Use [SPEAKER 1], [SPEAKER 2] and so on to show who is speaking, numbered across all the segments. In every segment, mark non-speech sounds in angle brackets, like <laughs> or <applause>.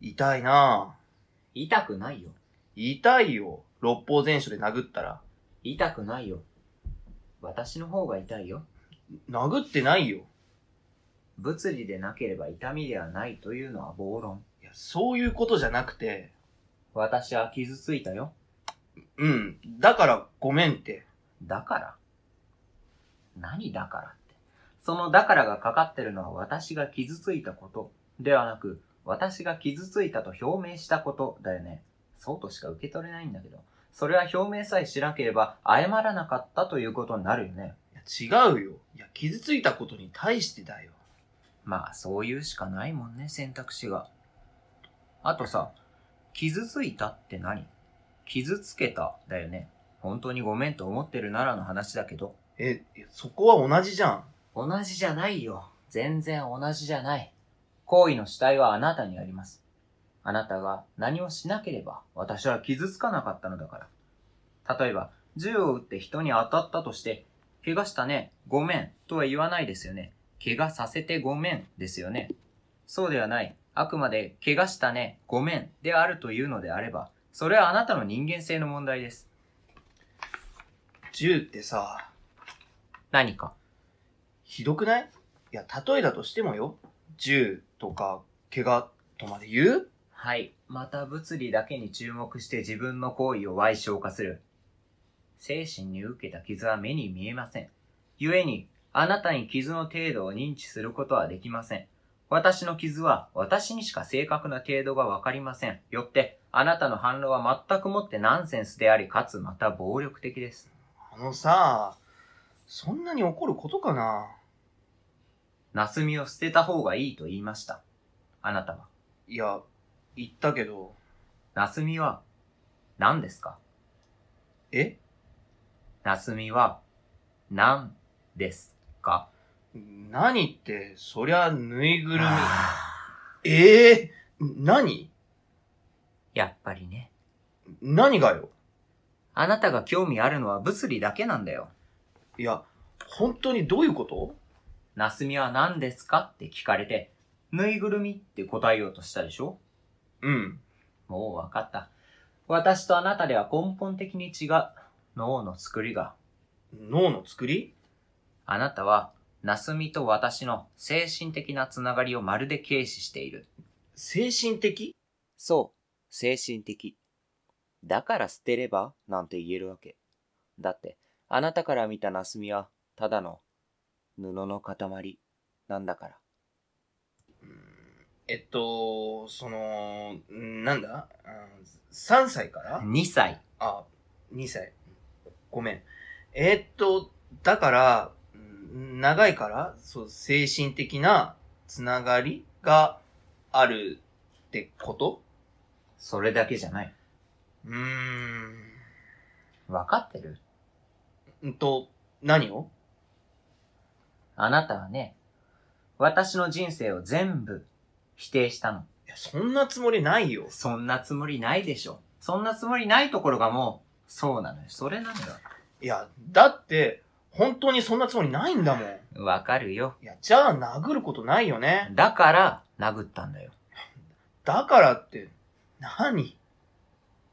[SPEAKER 1] 痛いなぁ。
[SPEAKER 2] 痛くないよ。
[SPEAKER 1] 痛いよ。六方全書で殴ったら。
[SPEAKER 2] 痛くないよ。私の方が痛いよ。
[SPEAKER 1] 殴ってないよ。
[SPEAKER 2] 物理でなければ痛みではないというのは暴論。
[SPEAKER 1] いや、そういうことじゃなくて。
[SPEAKER 2] 私は傷ついたよ。
[SPEAKER 1] うん。だからごめんって。
[SPEAKER 2] だから何だからって。そのだからがかかってるのは私が傷ついたことではなく、私が傷ついたと表明したことだよね。そうとしか受け取れないんだけど、それは表明さえしなければ謝らなかったということになるよね。
[SPEAKER 1] いや、違うよ。いや、傷ついたことに対してだよ。
[SPEAKER 2] まあそういうしかないもんね、選択肢が。あとさ、傷ついたって何傷つけただよね。本当にごめんと思ってるならの話だけど。
[SPEAKER 1] え、いやそこは同じじゃん。
[SPEAKER 2] 同じじゃないよ。全然同じじゃない。行為の主体はあなたにあります。あなたが何をしなければ私は傷つかなかったのだから。例えば、銃を撃って人に当たったとして、怪我したね、ごめんとは言わないですよね。怪我させてごめんですよね。そうではない。あくまで、怪我したね、ごめんであるというのであれば、それはあなたの人間性の問題です。
[SPEAKER 1] 銃ってさ、
[SPEAKER 2] 何か。
[SPEAKER 1] ひどくないいや、例えだとしてもよ。銃とか、怪我とまで言う
[SPEAKER 2] はい。また物理だけに注目して自分の行為を歪償化する。精神に受けた傷は目に見えません。故に、あなたに傷の程度を認知することはできません。私の傷は私にしか正確な程度がわかりません。よって、あなたの反論は全くもってナンセンスであり、かつまた暴力的です。
[SPEAKER 1] あのさ、そんなに怒ることかな
[SPEAKER 2] ナスミを捨てた方がいいと言いました。あなたは。
[SPEAKER 1] いや、言ったけど、
[SPEAKER 2] ナスミは、何ですか
[SPEAKER 1] え
[SPEAKER 2] ナスミは、何ですか
[SPEAKER 1] 何って、そりゃ、ぬいぐるみ。
[SPEAKER 2] あ
[SPEAKER 1] ええ何
[SPEAKER 2] ーやっぱりね。
[SPEAKER 1] 何がよ
[SPEAKER 2] あなたが興味あるのは物理だけなんだよ。
[SPEAKER 1] いや、本当にどういうこと
[SPEAKER 2] ナスミは何ですかって聞かれて、ぬいぐるみって答えようとしたでしょ
[SPEAKER 1] うん。
[SPEAKER 2] もうわかった。私とあなたでは根本的に違う脳の作りが、
[SPEAKER 1] 脳の作り
[SPEAKER 2] あなたはナスミと私の精神的なつながりをまるで軽視している。
[SPEAKER 1] 精神的
[SPEAKER 2] そう、精神的。だから捨てればなんて言えるわけ。だって、あなたから見たナスミは、ただの布の塊なんだから。
[SPEAKER 1] えっと、その、んなんだ、うん、?3 歳から
[SPEAKER 2] 2歳。
[SPEAKER 1] あ、2歳。ごめん。えっと、だから、ん長いから、そう、精神的なつながりがあるってこと
[SPEAKER 2] それだけじゃない。
[SPEAKER 1] うーん。
[SPEAKER 2] わかってる
[SPEAKER 1] んと、何を
[SPEAKER 2] あなたはね、私の人生を全部否定したの。
[SPEAKER 1] いや、そんなつもりないよ。
[SPEAKER 2] そんなつもりないでしょ。そんなつもりないところがもう、そうなのよ。それなの
[SPEAKER 1] いや、だって、本当にそんなつもりないんだもん。
[SPEAKER 2] よ。わかるよ。
[SPEAKER 1] いや、じゃあ殴ることないよね。
[SPEAKER 2] だから、殴ったんだよ。
[SPEAKER 1] だからって、何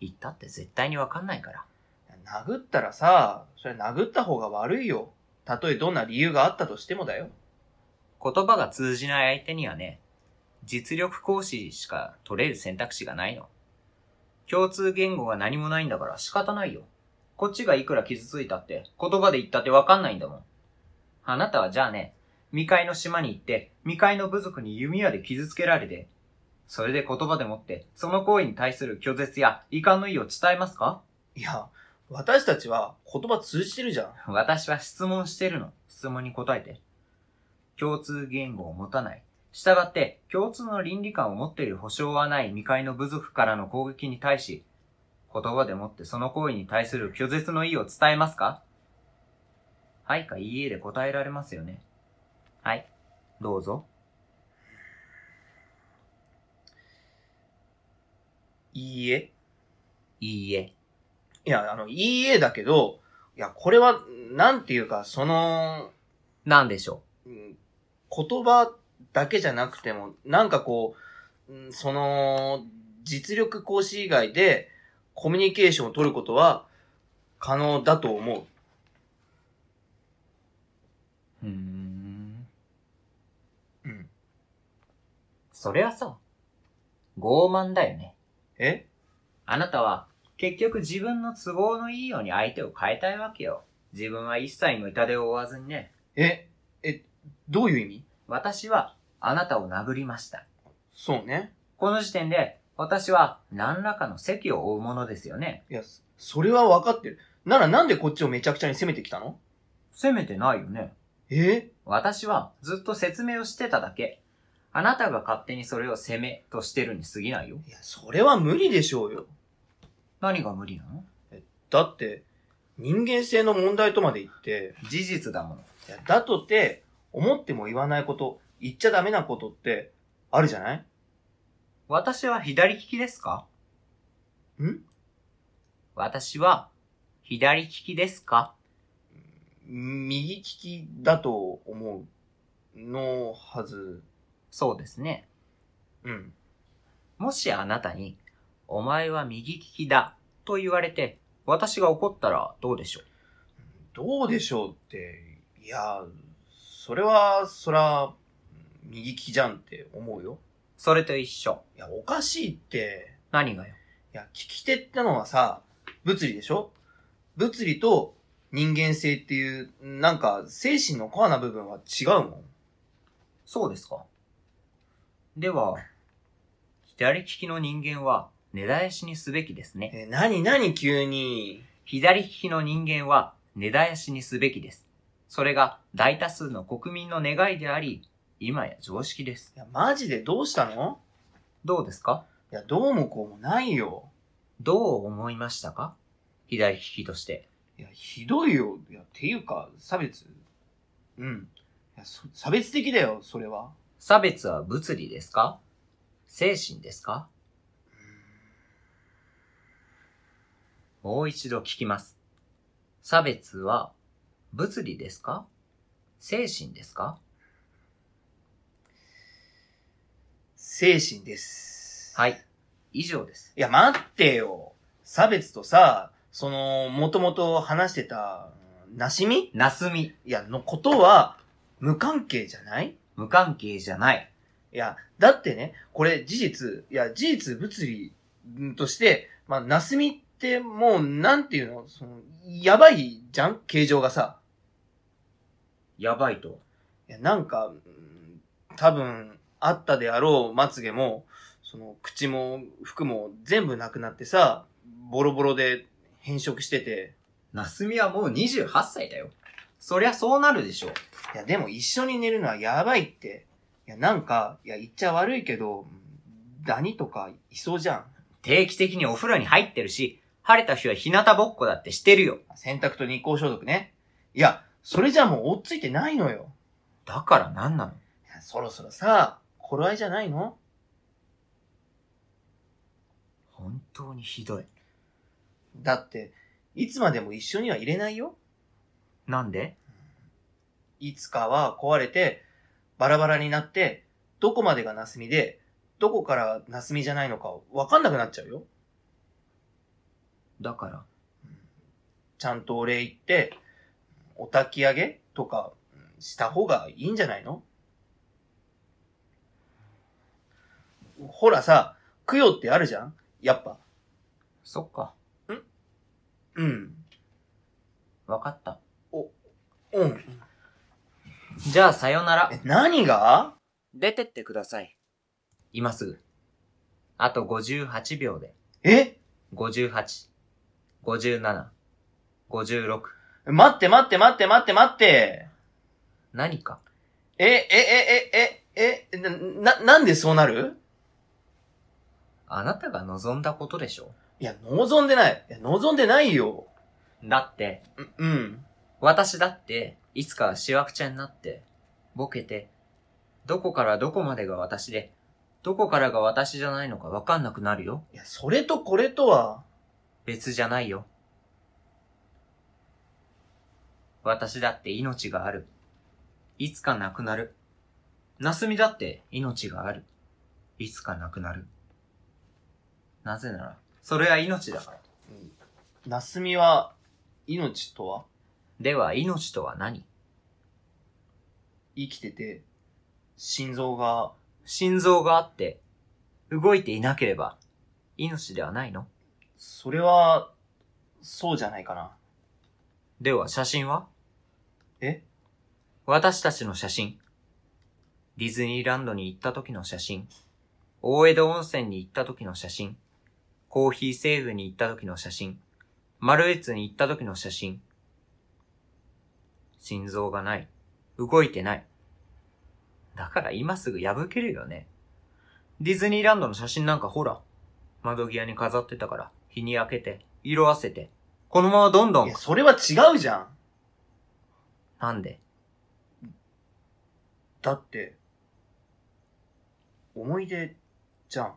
[SPEAKER 2] 言ったって絶対にわかんないから。
[SPEAKER 1] 殴ったらさ、それ殴った方が悪いよ。たとえどんな理由があったとしてもだよ。
[SPEAKER 2] 言葉が通じない相手にはね、実力行使しか取れる選択肢がないの。共通言語が何もないんだから仕方ないよ。こっちがいくら傷ついたって、言葉で言ったってわかんないんだもん。あなたはじゃあね、未開の島に行って、未開の部族に弓矢で傷つけられて、それで言葉でもって、その行為に対する拒絶や遺憾の意を伝えますか
[SPEAKER 1] いや、私たちは言葉通じてるじゃん。
[SPEAKER 2] <laughs> 私は質問してるの。質問に答えて。共通言語を持たない。従って、共通の倫理観を持っている保証はない未開の部族からの攻撃に対し、言葉でもってその行為に対する拒絶の意を伝えますかはいかいいえで答えられますよね。はい。どうぞ。
[SPEAKER 1] いいえ。
[SPEAKER 2] いいえ。
[SPEAKER 1] いや、あの、いいえだけど、いや、これは、なんていうか、その、
[SPEAKER 2] なんでしょ
[SPEAKER 1] うん言葉だけじゃなくても、なんかこう、うんその、実力行使以外でコミュニケーションを取ることは可能だと思う。
[SPEAKER 2] うーん。
[SPEAKER 1] うん。
[SPEAKER 2] それはさ、傲慢だよね。
[SPEAKER 1] え
[SPEAKER 2] あなたは、結局自分の都合のいいように相手を変えたいわけよ。自分は一切の痛手を負わずにね、
[SPEAKER 1] ええ、どういう意味
[SPEAKER 2] 私は、あなたを殴りました。
[SPEAKER 1] そうね。
[SPEAKER 2] この時点で、私は、何らかの責を負うものですよね。
[SPEAKER 1] いや、そそれは分かってる。ならなんでこっちをめちゃくちゃに攻めてきたの
[SPEAKER 2] 責めてないよね。
[SPEAKER 1] え
[SPEAKER 2] 私は、ずっと説明をしてただけ。あなたが勝手にそれを責めとしてるに過ぎないよ。
[SPEAKER 1] いや、それは無理でしょうよ。
[SPEAKER 2] 何が無理なの
[SPEAKER 1] だって、人間性の問題とまで言って、
[SPEAKER 2] 事実だもの。
[SPEAKER 1] いやだとて、思っても言わないこと、言っちゃダメなことって、あるじゃない
[SPEAKER 2] 私は左利きですか
[SPEAKER 1] ん
[SPEAKER 2] 私は、左利きですか
[SPEAKER 1] 右利きだと思うのはず。
[SPEAKER 2] そうですね。
[SPEAKER 1] うん。
[SPEAKER 2] もしあなたに、お前は右利きだと言われて、私が怒ったらどうでしょう
[SPEAKER 1] どうでしょうって、いや、それは、そら、右利きじゃんって思うよ。
[SPEAKER 2] それと一緒。
[SPEAKER 1] いや、おかしいって、
[SPEAKER 2] 何が
[SPEAKER 1] い
[SPEAKER 2] よ
[SPEAKER 1] や、聞き手ってのはさ、物理でしょ物理と人間性っていう、なんか、精神のコアな部分は違うもん。
[SPEAKER 2] そうですか。では、左利きの人間は、根絶やしにすべきですね。
[SPEAKER 1] え、なになに急に。
[SPEAKER 2] 左利きの人間は、根絶やしにすべきです。それが大多数の国民の願いであり、今や常識です。
[SPEAKER 1] いや、マジでどうしたの
[SPEAKER 2] どうですか
[SPEAKER 1] いや、どうもこうもないよ。
[SPEAKER 2] どう思いましたか左利きとして。
[SPEAKER 1] いや、ひどいよ。いや、ていうか、差別うん。いや、そ差別的だよ、それは。
[SPEAKER 2] 差別は物理ですか精神ですかもう一度聞きます。差別は物理ですか精神ですか
[SPEAKER 1] 精神です。
[SPEAKER 2] はい。以上です。
[SPEAKER 1] いや、待ってよ。差別とさ、その、もともと話してた、うんなしみ
[SPEAKER 2] なすみ、
[SPEAKER 1] いや、のことは、無関係じゃない
[SPEAKER 2] 無関係じゃない。
[SPEAKER 1] いや、だってね、これ事実、いや、事実物理んとして、まあ、なすみってもう、なんていうの、その、やばいじゃん形状がさ。
[SPEAKER 2] やばいと。
[SPEAKER 1] いや、なんか、うん多分、あったであろうまつげも、その、口も、服も全部なくなってさ、ボロボロで変色してて、
[SPEAKER 2] なすみはもう28歳だよ。そりゃそうなるでしょう。
[SPEAKER 1] いや、でも一緒に寝るのはやばいって。いや、なんか、いや、言っちゃ悪いけど、ダニとかいそうじゃ
[SPEAKER 2] 定期的にお風呂に入ってるし、晴れた日は日向ぼっこだってしてるよ。
[SPEAKER 1] ん。洗濯と日光消毒ね。いや、それじゃもう追っついてないのよ。
[SPEAKER 2] だから何なの
[SPEAKER 1] いやそろそろさ、頃合いじゃないの
[SPEAKER 2] 本当にひどい。
[SPEAKER 1] だって、いつまでも一緒にはいれないよ。
[SPEAKER 2] なんで
[SPEAKER 1] いつかは壊れて、バラバラになって、どこまでがナスミで、どこからナスミじゃないのかわかんなくなっちゃうよ。
[SPEAKER 2] だから、
[SPEAKER 1] ちゃんとお礼言って、お焚き上げとかうんした方がいいんじゃないのほらさ、供養ってあるじゃんやっぱ。
[SPEAKER 2] そっか。
[SPEAKER 1] うん。
[SPEAKER 2] わかった。
[SPEAKER 1] うん。
[SPEAKER 2] じゃあさよなら。
[SPEAKER 1] え、何が
[SPEAKER 2] 出てってください。今すぐ。あと58秒で。
[SPEAKER 1] え
[SPEAKER 2] 58、57、56。
[SPEAKER 1] 待って待って待って待って待って。
[SPEAKER 2] 何か。
[SPEAKER 1] え、え、え、え、え、え、な、な、なんでそうなる
[SPEAKER 2] あなたが望んだことでしょ
[SPEAKER 1] いや、望んでない。いや、望んでないよ。
[SPEAKER 2] だって、
[SPEAKER 1] う、うん。
[SPEAKER 2] 私だって、いつかはしわくちゃになって、ボケて、どこからどこまでが私で、どこからが私じゃないのかわかんなくなるよ。
[SPEAKER 1] いや、それとこれとは、
[SPEAKER 2] 別じゃないよ。私だって命がある。いつかなくなる。なすみだって命がある。いつかなくなる。なぜなら、それは命だから。
[SPEAKER 1] なすみは、命とは
[SPEAKER 2] では、命とは何
[SPEAKER 1] 生きてて、心臓が、
[SPEAKER 2] 心臓があって、動いていなければ、命ではないの
[SPEAKER 1] それは、そうじゃないかな。
[SPEAKER 2] では、写真は
[SPEAKER 1] え
[SPEAKER 2] 私たちの写真。ディズニーランドに行った時の写真。大江戸温泉に行った時の写真。コーヒーセーブに行った時の写真。マルエツに行った時の写真。心臓がない。動いてない。だから今すぐ破けるよね。ディズニーランドの写真なんかほら、窓際に飾ってたから、日に焼けて、色あせて、このままどんど
[SPEAKER 1] い
[SPEAKER 2] ん
[SPEAKER 1] や、、それは違うじゃん。
[SPEAKER 2] なんで、
[SPEAKER 1] だって、思い出、じゃん。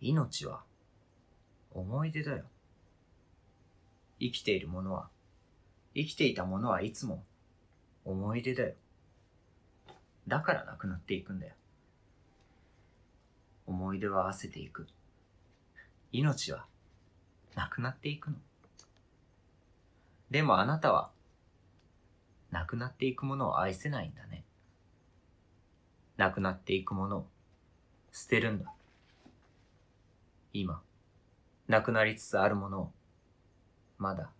[SPEAKER 2] 命は思い出だよ。生きているものは、生きていたものはいつも思い出だよ。だからなくなっていくんだよ。思い出は汗せていく。命はなくなっていくの。でもあなたは、なくなっていくものを愛せないんだね。なくなっていくものを捨てるんだ。今、なくなりつつあるものを、まだ、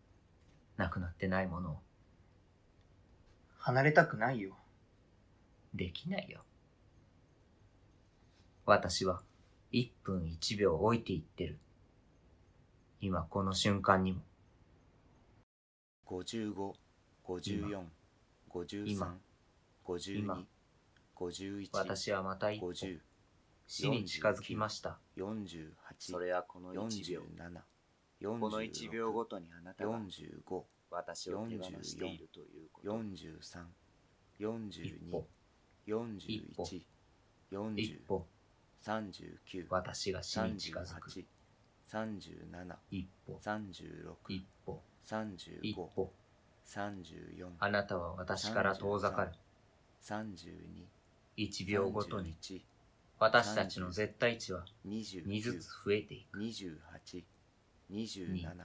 [SPEAKER 2] なくなってないものを、
[SPEAKER 1] 離れたくないよ。
[SPEAKER 2] できないよ。私は、1分1秒置いていってる。今この瞬間にも、
[SPEAKER 3] 五十五、五十四、五十三、五十
[SPEAKER 2] 今
[SPEAKER 3] 二、五十一、
[SPEAKER 2] 私はまた一歩
[SPEAKER 3] 五、十、
[SPEAKER 2] 死に近づきました。
[SPEAKER 3] 四十八、
[SPEAKER 4] それはこの
[SPEAKER 3] 四
[SPEAKER 4] 1
[SPEAKER 3] 十
[SPEAKER 4] 秒。
[SPEAKER 3] 七、四
[SPEAKER 4] この1秒ごとにあなたが
[SPEAKER 3] 四十五、
[SPEAKER 4] 私を手放しているということ。
[SPEAKER 3] 四十三、四十
[SPEAKER 2] 一
[SPEAKER 3] 二
[SPEAKER 2] 歩、、
[SPEAKER 3] 四十
[SPEAKER 2] 一歩
[SPEAKER 3] 一、四
[SPEAKER 2] 一
[SPEAKER 3] 十、
[SPEAKER 2] 歩、
[SPEAKER 3] 三十九、
[SPEAKER 2] 私が死に
[SPEAKER 3] 三
[SPEAKER 2] 近
[SPEAKER 3] 十
[SPEAKER 2] づく。
[SPEAKER 3] 八、三十七、
[SPEAKER 2] 一歩、
[SPEAKER 3] 三十六、
[SPEAKER 2] 一歩、
[SPEAKER 3] 三十
[SPEAKER 2] 一
[SPEAKER 3] 五、
[SPEAKER 2] 歩。
[SPEAKER 3] 三十四、
[SPEAKER 2] あなたは私から遠ざかる。
[SPEAKER 3] 三十二、
[SPEAKER 2] 1秒ごとに、
[SPEAKER 3] 31
[SPEAKER 2] 私たちの絶対値は
[SPEAKER 3] 29
[SPEAKER 2] 2ずつ増えていく。
[SPEAKER 3] 28 27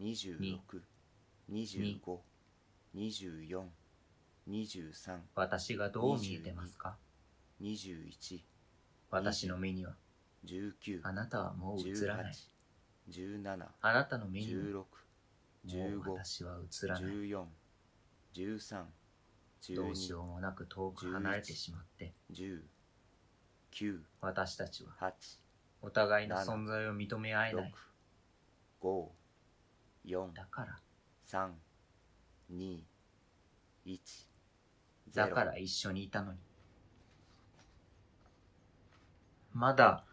[SPEAKER 3] 26 25 24 23
[SPEAKER 2] 私がどう見えてますか
[SPEAKER 3] 21
[SPEAKER 2] 私の目には
[SPEAKER 3] 19
[SPEAKER 2] あなたはもう映らない
[SPEAKER 3] 18 17
[SPEAKER 2] あなたの目には
[SPEAKER 3] 16
[SPEAKER 2] もう
[SPEAKER 3] 15
[SPEAKER 2] 私は映らない
[SPEAKER 3] 14 13
[SPEAKER 2] どうし
[SPEAKER 3] 12
[SPEAKER 2] ようもなく遠く離れてしまって
[SPEAKER 3] 10 9
[SPEAKER 2] 私たちは
[SPEAKER 3] 8
[SPEAKER 2] お互いの
[SPEAKER 3] 7
[SPEAKER 2] 存在を認め合えな
[SPEAKER 3] 6
[SPEAKER 2] い
[SPEAKER 3] 5 4
[SPEAKER 2] だから
[SPEAKER 3] 3 2 1
[SPEAKER 2] だから一緒にいたのにまだ